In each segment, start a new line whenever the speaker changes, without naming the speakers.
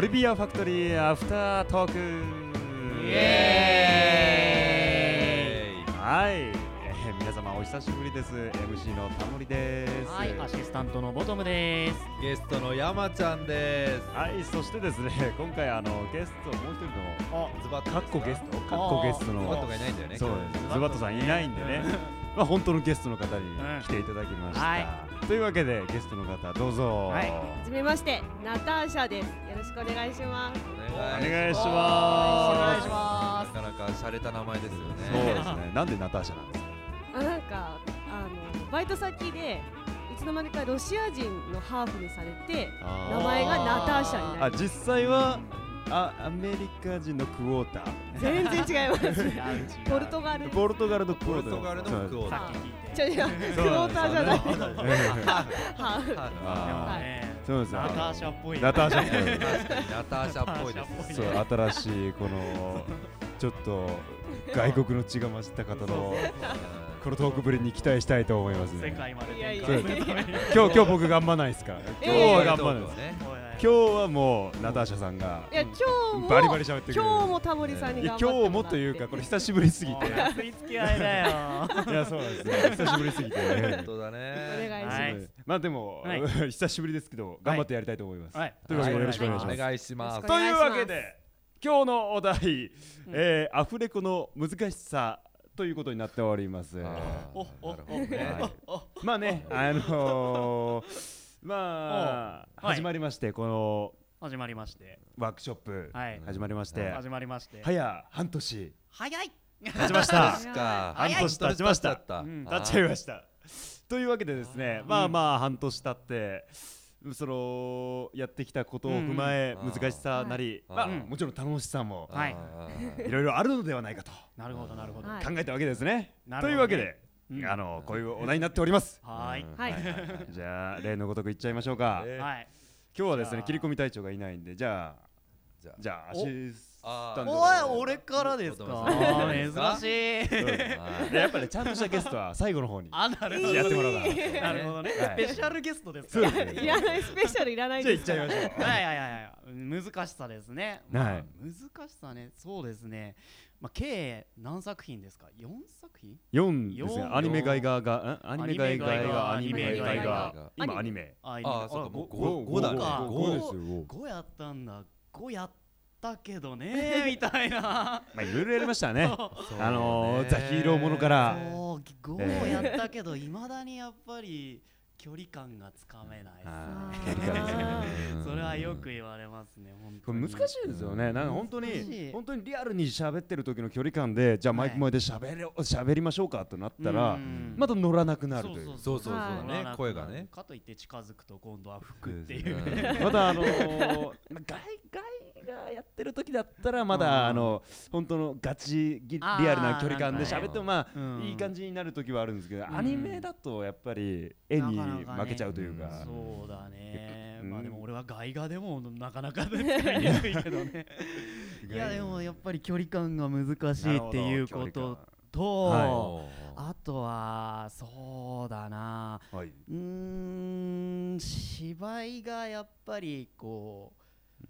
ルビアファクトリーアフタートーク
イエーイ
はい、えー皆様お久しぶりです MC のタモリです
はい、アシスタントのボトムです。
ゲストの山ちゃんです。
はいそしてですね今回あのゲストもう一人の
あ、
ズバッ
かっこゲストかっこゲスト
ト
の
ズバットがいないんだよね。
そうですズバットさんいないんでねまあ本当のゲストの方に
うん
来ていただきました、
は
というわけでゲストの方どうぞ、
はい
はじめまして、ナターシャです。よろしくお願いします。
お
お
願
願
い
い
し
し
ま。
ますす
お願いしま
なかなか洒落た名前ですよね。
そうですねなんでナターシャなんですか
あ、なんか、あの、バイト先で、いつの間にかロシア人のハーフにされて。
あー
名前がナターシャにな
あ
る。
実際はあアメリカ人のクォータ
全然違います。ポルト
ガ
ガル
ー。 ポルトガルのクォーター
ポルトガルのクオータ
さっき聞い
ちょ
て。
いや、クォーターじゃない。
そうなんですよね
ハーフ。
あ
あ
い
ね
ーそうですよ
ナターシャっぽい。
ナターシャ
ー確かにナターシャっぽいですね。
そう新しいこのちょっと外国の血が混じった方のこのトークぶりに期待したいと思います
世
ね
界まで
いやい
展
や
開
い
するために。
今日今日僕頑張んないですか
い
今日
やいや
はい頑張るんです
ね。
今日はもうナターシャさんが
いや、今日も。
バリバリ喋ってくれる
今日もタモリさん
い
に
や
頑張ってもらって。
今日もというかこれ久しぶりす ぎて
もう安い付き合いだよ。
いやそうなんですね久しぶりすぎて
本当だ
お
ね。
願いします。
は
はいまあでも、
はい
久しぶりですけど頑張ってやりたいと思います。
はい
というわけでよろしくお願いします。
お願いします
は。
というわ
お
け
願いしま
で今日のお題、えーアフレコの難しさということになっております。
あー
おお
なるほどね
はいまあねあのー、まあ、
おはい
始まりましてこの
始まりまして。
ワークショップ、
はい
始まりまして、
始まりまして。
早半年
早い。
経ちました。
そっか
半年経ちました
半年経っちゃった
うん
経っちゃいました。というわけでですね、まあまあ半年経って、そのやってきたことを踏まえ
うんうん
難しさなり、
は
まあ
い
うん
もちろん楽しさも
あー
はい
あー
いろいろあるのではないかと
なるほどなるほど。
はい
考えたわけですね。
なる
と
ほどね
いうわけで、
うん
あのこういうお題になっております。
は
うん
はい
じゃあ例のごとくいっちゃいましょうか。
え
い。
ー
はい。
今日はです
じゃ
ね
あ
切り込み隊長がいないんで、じゃあ
じゃあ
じゃあア
お
シス
あ
タ
ー
ント
おい
の。
俺からです
お
か。
父さん
あー珍しい。
はい
でやっぱりちゃんとしたゲストは最後の方に
あなるほ ど。
やってもらおうかな。
なるほどね。
は
ス
い
ペシャルゲストです
そ
か
うで
ら。
すね。
いらないスペシャルいらない
じゃあ
で
行っち
す。
ゃいましょう。
はいはいはいはい難しさですね、
はい
まあ難しさねそうですね、まあ、計何作品ですか4作品
四ですね。
四
アニメ外画が、んアニメ外画が、ア
ア
ニ
ニ
メ
メ
外
外
画
画。
今アニメ。
あ
あーそうかもう 5,
5
5だね
か
五
五です
よ。
やったんだ5やったけ どねみたいな
まあいろいろやりましたね。
そう
あのーザヒーローものか
ね
ら。
そう5やったけどいまだにやっぱり距離感がつかめないっす
あ
ー
ーやり方ですね
あ
うん
それはよく言われますね本
こ
当
れ
に
難しいですよね。なんか本当
難
に
しい
本当にリアルに喋ってる時の距離感で、じゃあマイク前で喋れ喋りましょうかってなったら
う、ん
また乗らなくなるという。
そうそうそうだね、
はい
声がね
かといって近づくと今度は服ってい
そう
う
ですね
またあのー、 まあ外外がやってる時だったらまだあ
うん
の本当のガチぎリ
あ
ア
ー
ルな距離感で喋ってもまあ
うん
いい感じになる時はあるんですけど、
ん
アニメだとやっぱり絵に負けちゃうというか
なかなかね
そうだね、
うん
まあでも俺は外画でもなかなか使いにくいけ どねいやでもやっぱり距離感が難しいっていうこ
なるほ
と
ど
と、
はい
あとはそうだな
距離感はいう
ーん芝居がやっぱりこ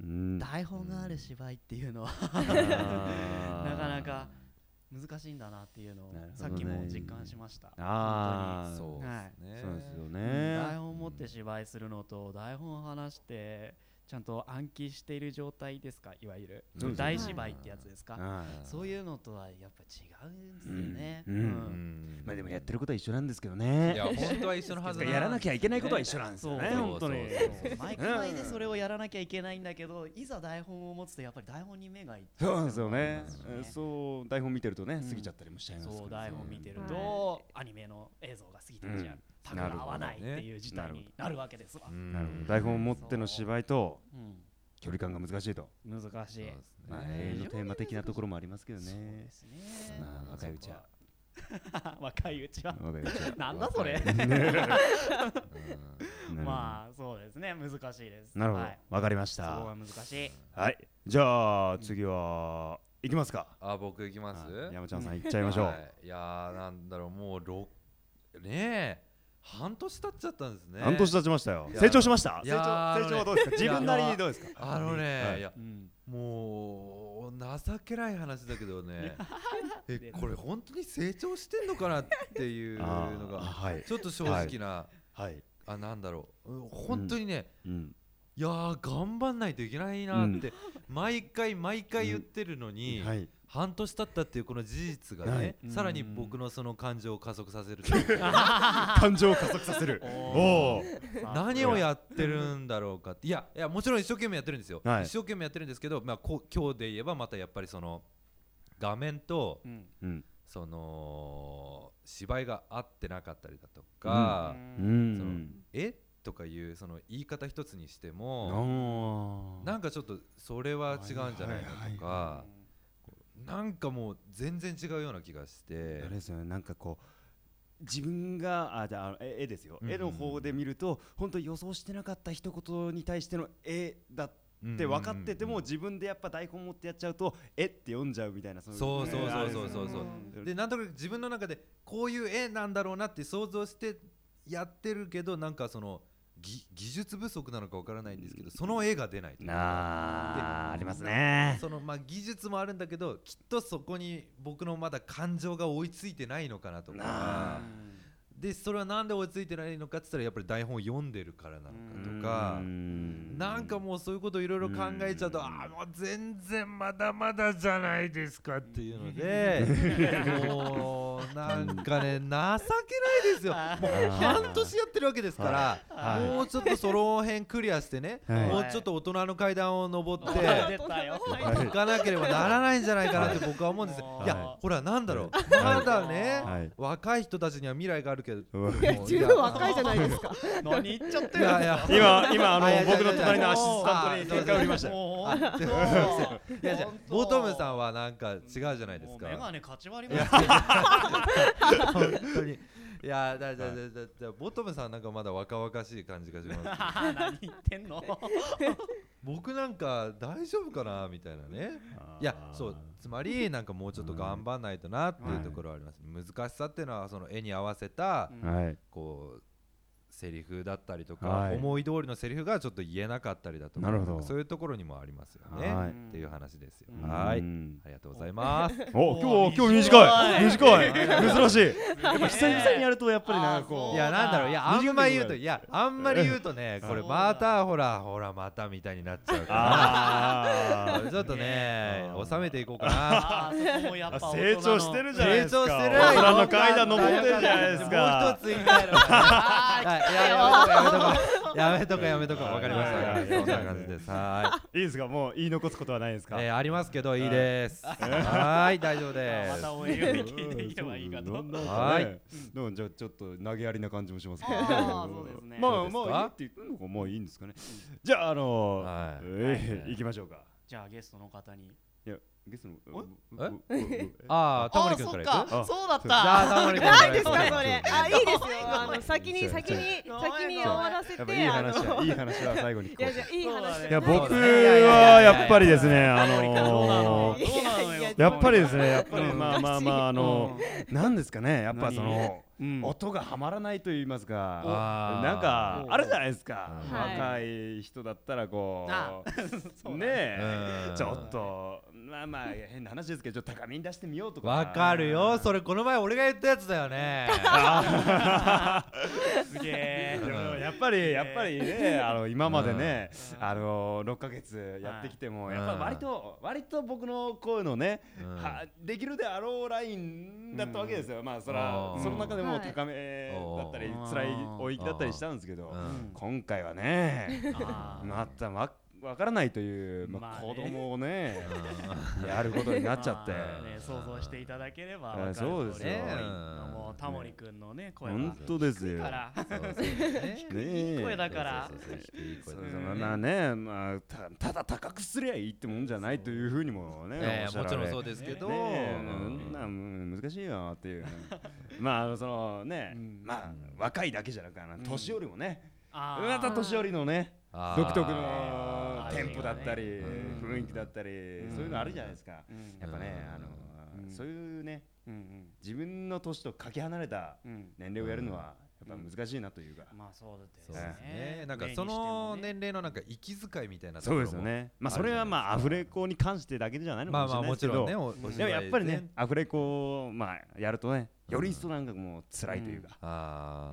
う台本がある芝居っていうのは な
な
かなか難しいんだなっていうのを
なるほどね
さっきも実感しました。
あー
そうですね、
そうですよ
うん
ね
台本を持って芝居するのと台本を話してちゃんと暗記している状態ですかいわゆる
そうですね
大芝居ってやつですか、
はい
そういうのとはやっぱ違うんですよね、
うん
う
うんまあでもやってることは一緒なんですけど
い
ね
や本当は一緒のはず
やらな
ゃ
きゃいけないことは一緒なんですよね
そう
本当に
そうそうそう
毎回毎でそれをやらなきゃいけないんだけどいざ台本を持つとやっぱり台本に目がいっちゃ
そうなんですよね
そうですね
うんそう台本見てるとね
うん
過ぎちゃったりもしちゃいますから
そう台本見てると、アニメの映像が過ぎてじゃ
うん
んタグが合わないっていう事態になるわけですわ、
なるほど台本を持っての芝居と
うん
距離感が難しいと
難しい
まあ
ね
永遠のテーマ的なところもありますけどね
ですね
まあ若いうちは
若いうちは
若いうちは
なんだそれ
ま
まあそうですね難しいです
あなるほど
はい、
わかりまし
そこ
た
が難しい
はいじゃあ次は行きますか
あ僕行きます
あ山ちゃんさん行っちゃいましょう
はいいやーなんだろうもうろねえ半年経っちゃったんですね
半年経ちましたよ
いや
成長しました
い
成
や
長成長はどうですか
あのね
自分なりにどうですか
あのね、
はい
い、やもう情けない話だけどねえこれ本当に成長してんのかなっていうの
あー
が
はい
ちょっと正直な、
はい
あなんだろううん本当にね、
うん
いやー頑張んないといけないなって、毎回毎回言ってるのに、
はい
半年経ったっていうこの事実が
は
ね
い、
うん
さらに僕のその感情を加速させるとい うか
感情を加速させ るおお
何をやってるんだろうかっていやいやもちろん一生懸命やってるんですよ、
はい
一生懸命やってるんですけど、まあ、こ今日で言えばまたやっぱりその画面と
うん
うん
その芝居が合ってなかったりだとか、
う
その
ん
えとかいうその言い方一つにして
あ
も
ー
なんかちょっとそれは違うんじゃないかとかなんかもう全然違うような気がして
あれですよねなんかこう自分があじゃああの絵絵ですよ、
うんうん
絵の方で見ると本当に予想してなかった一言に対しての絵だって分かってても、
うんうん
自分でやっぱ台本持ってやっちゃうと絵って読んじゃうみたいなそ
そうそうそうそうそうそう
う
うんでなんとなく自分の中でこういう絵なんだろうなって想像してやってるけどなんかその技技術不足なのかわからないんですけどその絵が出ないというか
なあ
で
ありますね
そのまあ技術もあるんだけどきっとそこに僕のまだ感情が追いついてないのかなと
な
かでそれはなんで追いついてないのかって言ったらやっぱり台本を読んでるからなのかとか。なんかもうそういうこといろいろ考えちゃうと、
うん
ああもう全然まだまだじゃないですかっていう のでもうなんかね情けないで すよ
あ
もう半年やってるわけですから、
はいはい
もうちょっとその辺クリアしてね、
はい
もうちょっと大人の階段を上って
出たよ
はい
行かなければならないんじゃないかなって僕は思うんです
はい
いやほらなんだろうまだね、
はい
若い人たちには未来があるけど
うわ
いや十分若いじゃないですか。
何言っちゃっ
い
てる
やいや
今今あ
あい
の
やいやいや
僕の隣のアシスタントに
あー
喧嘩売りましたよ
もう
あでも
もう
いやじゃあ
本当
ボトムさんはなんか違うじゃないです
もうメ
か
ガ。ネ勝ち割
い
りま
や
す
本当にいやだだだだだだボトムさんなんかまだ若々しい感じがします。
何言ってんの
僕なんか大丈夫かなみたいなね。いやそうつまりなんかもうちょっと頑張んないとなっていうところはあります。難しさっていうのはその絵に合わせ
は
た
い
こうセリフだったりとか
はい
思い通りのセリフがちょっと言えなかったりだとか
なるほど
んかそういうところにもありますよ
は
ね。
い
っていう話ですよ。
うん
はいうあ
ん
りがとうございます。
お今日今日短
短い
い短い珍しいやっぱ久々にやるとやっぱり
あ
な
ー
こ
そう
いやなんだろういやあんまり言うと
短い
いやあんまり言うとね
うん
これ
そうだ
またほらほらまたみたいになっちゃうか
あ
らちょっとね
うん
収めていこうかな
あーそこもやっぱ
あ
大
成
人の
長してるじゃないで
成
すか
長してる
大人の階段登ってるじゃないですか
もう一つ言い 換えろはいややめとこうやめとこうやめとこう
はい
わかりましたわかりましたそんな感じですはい
いいですかもう言い残すことはないですか
えーありますけどいいですはい大丈夫で
ますた応援ができればいいかと
うんなんか
はい
ねでもじゃあちょっと投げやりな感じもしますけど
あーそうですね
まあ
そうですか
まあいいって言うのかまあいいんですかねじゃああの
は
ー
い
えー行きましょうか
じゃあゲストの方に
いやゲストの
え
ええ
ああタモリ君
そ
か
っ
らいく
か
あ
そうだっ
じゃ あ
た
タモリ君
な
か
い
ら
です
く
かそれ。あいいですよ。あの先
そ
に
う
先に先に終わらせ
やっぱいい
てあ
話
の
はいい話は最後に聞
い
こ
や
う
じゃあいい
そうだね
話じゃない。
いや
ぼ
僕はやっぱりですねあ
そうなの
のー
どうなのよ
やっぱりですねやっぱり
うん
まあまあまああのなんですかねやっぱその
うん
音がはまらないと言いますか
あー
なんかあるじゃないですか
うん
はい
若い人だったらこ
あそうう
ね
だ
え
うん
ちょっとまあまあ変な話ですけどちょっと高みに出してみようとか
わかるよそれこの前俺が言ったやつだよね
すげえ
でもやっぱりやっぱりねあの今までねあの6ヶ月やってきても
はい
やっぱ割と割と僕のこういうのね
うん
はできるであろうラインだったわけですよまあそれは
あー
その中で
は
も
い
高めだったり
あー
辛い追いだったりしたんですけど
うん
今回はね
あー
全くわわからないというま
ま
あ
あ
子
ね
供をね
うん
やることになっちゃって
まあね想像していただければわかる
そうです
よ
通りもうタモリ君のね声は
本当です
低い
よ
から
そうそうね
ねえ
声だから
そうそうそう低い
そうそう
声だね
まあねまあたただ高くすりゃいいってもんじゃないというふうにもね
え
おっしゃ
えも
ら
ち
れ
ろんそうですけど、
ねえ
う
そん
ん
なうん難しいよっていう まああのそのね
うん
まあ若いだけじゃなくあの
ん
年寄りもね
あー
また年寄りのね
あー
独特の
あー
テンポだったり
うん
雰囲気だったりそういうのあるじゃないですか
うん
やっぱねあの
うん
そういうね
うん
自分の年とかけ離れた
うん
年齢をやるのはややっぱ難しいなというか、
まあそう
そう
で
ですす
ね
ね。なんかその年齢のなんか息遣いみたいなとこ
そう
ろも
ですよねまあ
あ
そ
るじ
れ
ゃないですか
はまあアフレコに関してだけじゃないの
ま
か
あ
もし
ま
れな
あ
いで
も
す
ち
けど、
ろんねおお
うん
で
芝
も
居
やっぱりね
全
アフレコをまあやるとね
うん
より一層なんかもう辛いというか、
あ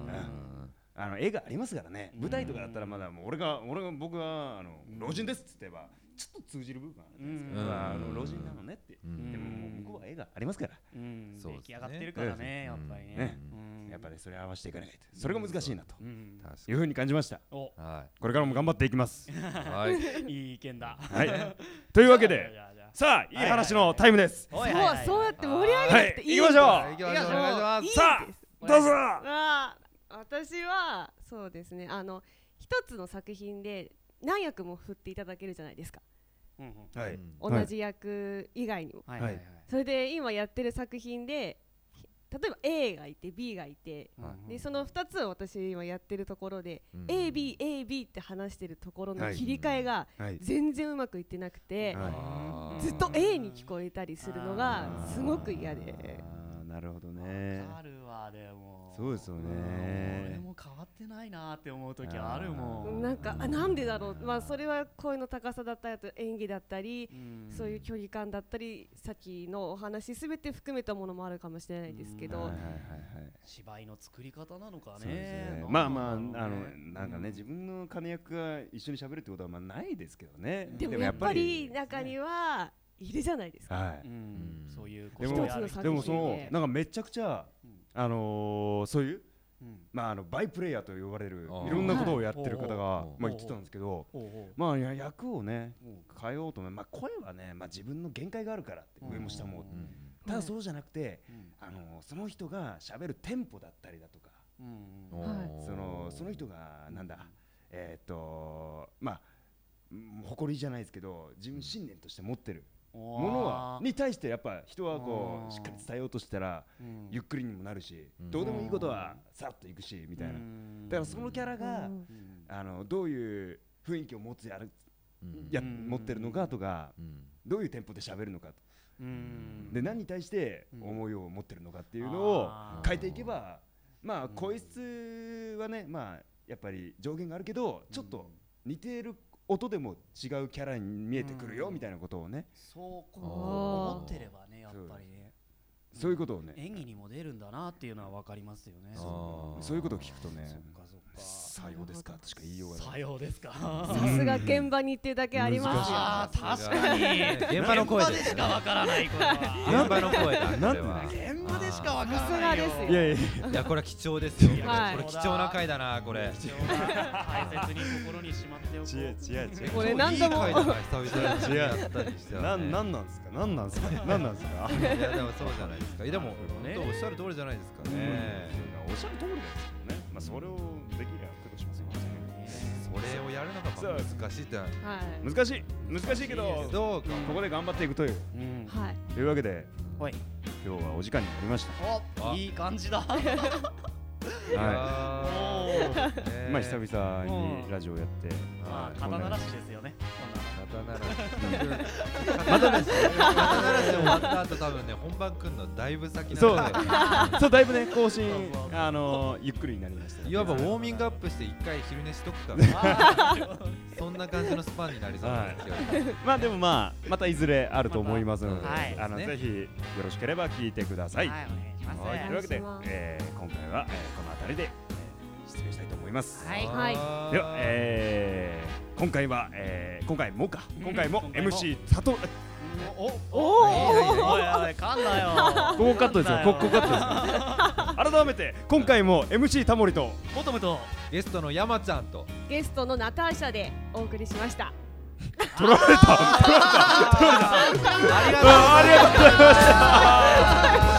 あ、
あの絵がありますからね、
うん
舞台とかだったらまだもう俺が俺が僕はあの
うん
老人ですっつって言えばちょっと通じる部分があるじゃないですか、
うん
まああの老人なのねって、
うん
でももう向こうは絵がありますから、
うん、
そう
出
ですね
来上がってるからね、やっぱりね
ね。
うん
やっぱりそれ合わせていかないとそれが難しいなと
うん
確
いうふうに感じました
お、
か
これからも頑張っていきます
に。はい。はい。
いい意見だ。
はいというわけ
じゃあ
で
じゃあじゃあ
さあいい話のタイムです
おいはいはい
そ
う
そうやって盛り上げなくていいんですよ
はい
行きましょう。お願いします。
さあどうぞ
は私はそうですねあの一つの作品で何役も振っていただけるじゃないですか
うんうん
は
うん
同
はい
じ役以外にも、
はいはいはい。
それで今やってる作品でひ例えば A がいて B がいて
うんうん
でその2つを私今やってるところで、
うん
ABAB って話してるところ
は
の
い
切り替えが
はい
全然うまくいってなくて、
はい
あー
ずっと A に聞こえたりするのがすごく嫌で
あーなるほどね
わかるわでも。
そうですよね
俺も変わってないなって思う時あるもん。
なんかあなんでだろう、まあ、それは声の高さだったりあと演技だったり
うん
そういう距離感だったりさっきのお話すべて含めたものもあるかもしれないです
は
け
い
ど
はいはいはい
芝居の作り方なのか
そうです
ね
ね。まあまああ
なんだろう
の
ね
なんかね自分の金役が一緒に喋るってことはまあないですけどね
でもやっぱり中にはいるじゃないですか。
は
う
い
んそういう
で
こ
も
とやる
一つの
でもそ
作品
の
で
なんかめちゃくちゃ
うん
あのーそういう
うん
まああのバイプレイヤーと呼ばれる
あー
いろんなことをやってる方
は
が
い
まあ言ってたんですけど
おうおう
まあいや役をね
おう
変えようと思うまあ声はねまあ自分の限界があるからって
うん
上も下も
うん
ただそうじゃなくて
うん
あのーその人が喋るテンポだったりだとか
うん
お
うん
ー
そのその人がなんだえーっとまあうん誇りじゃないですけど自分信念として持ってるものはに対してやっぱ人はこ
あー
うしっかり伝えようとしたら
うん
ゆっくりにもなるし
うん
どうでもいいことはさらっといくしみたいなだからそのキャラが
うん
うん
あのどういう雰囲気を持つやる
うん
や
うん
持ってるのかとか
うん
どういうテンポで喋るのかと
うん
で何に対して
うん
思いを持ってるのかっていうのを
あー
変えていけばま
う
あ
ん
声質はねまあやっぱり上限があるけどちょっと似てる音でも違うキャラに見えてくるよ
うん
みたいなことをね
そうこう
あー
思ってればねやっぱりね
そういうことをね
演技にも出るんだなっていうのは分かりますよね
あ
そ
ー
そういうことを聞くと
っ
ね
かそ
さようですかとしか言いようが
っ
ない
かさようですか
さすが現場に行ってるだけありますよ。
あー
難しい
確かに
現場の声
現場でしか分からないこれは
現場の声だ。
なんで
は
現場でしか分からないよ
さすがです
いや
よ
いや
いやこれは貴重ですよ。これ
はい
貴重な回だなこれ。
貴重な大切に心にしまっておこ
違う違う
う
違う
これ何度も
いい回だな久々に
違う
やったりしてはね
なんなんなんですかなんなんですか なんなんですか
いやでもそうじゃないですか。いやでも
ね
本当おっしゃる通りじゃないですかね。
おっしゃる通りですけどねまあそれをできれば苦労しますよ
それをやるのがまあ難しいってな
はい
難しい難しいけ
難しい
ど
です
どうか。
ここで頑張っていくという
うん
はい
というわけで
おい
今日はお時間になりまし
お
あ
いい感じだ
い
たは
お
や
ー
ーね
いまあ久々にラジオやって
まあ肩慣らしですよね
肩なら肩ならし肩ならしで終わった後多分ね本番来るのだいぶ先
そう
なんで
そうだいぶね更新
そうそう
あのーゆっくりになりました
いわばウォーミングアップして一回昼寝しとくかみたいな
あー
そんな感じのスパンになりそうなんですけど
まあでもまあまたいずれあると思いますので
またはい
あの
ね
ぜひよろしければ聞いてくださ
はいいお願いします
はい、というわけで
お願いしま、す
えー、今回は、えー、この辺りで、えー、失礼したいと思います。
はい
はい
では、えー、今回は、えー、今回もか今回も
今回も
MC 佐藤
おお
おー
おいおいおい噛んだよ
ここカットですよここカットです改めて今回も MC タモリと
もともと
ゲストの山ちゃんと
ゲストのナターシャでお送りしました。
取られた
ありがとうございました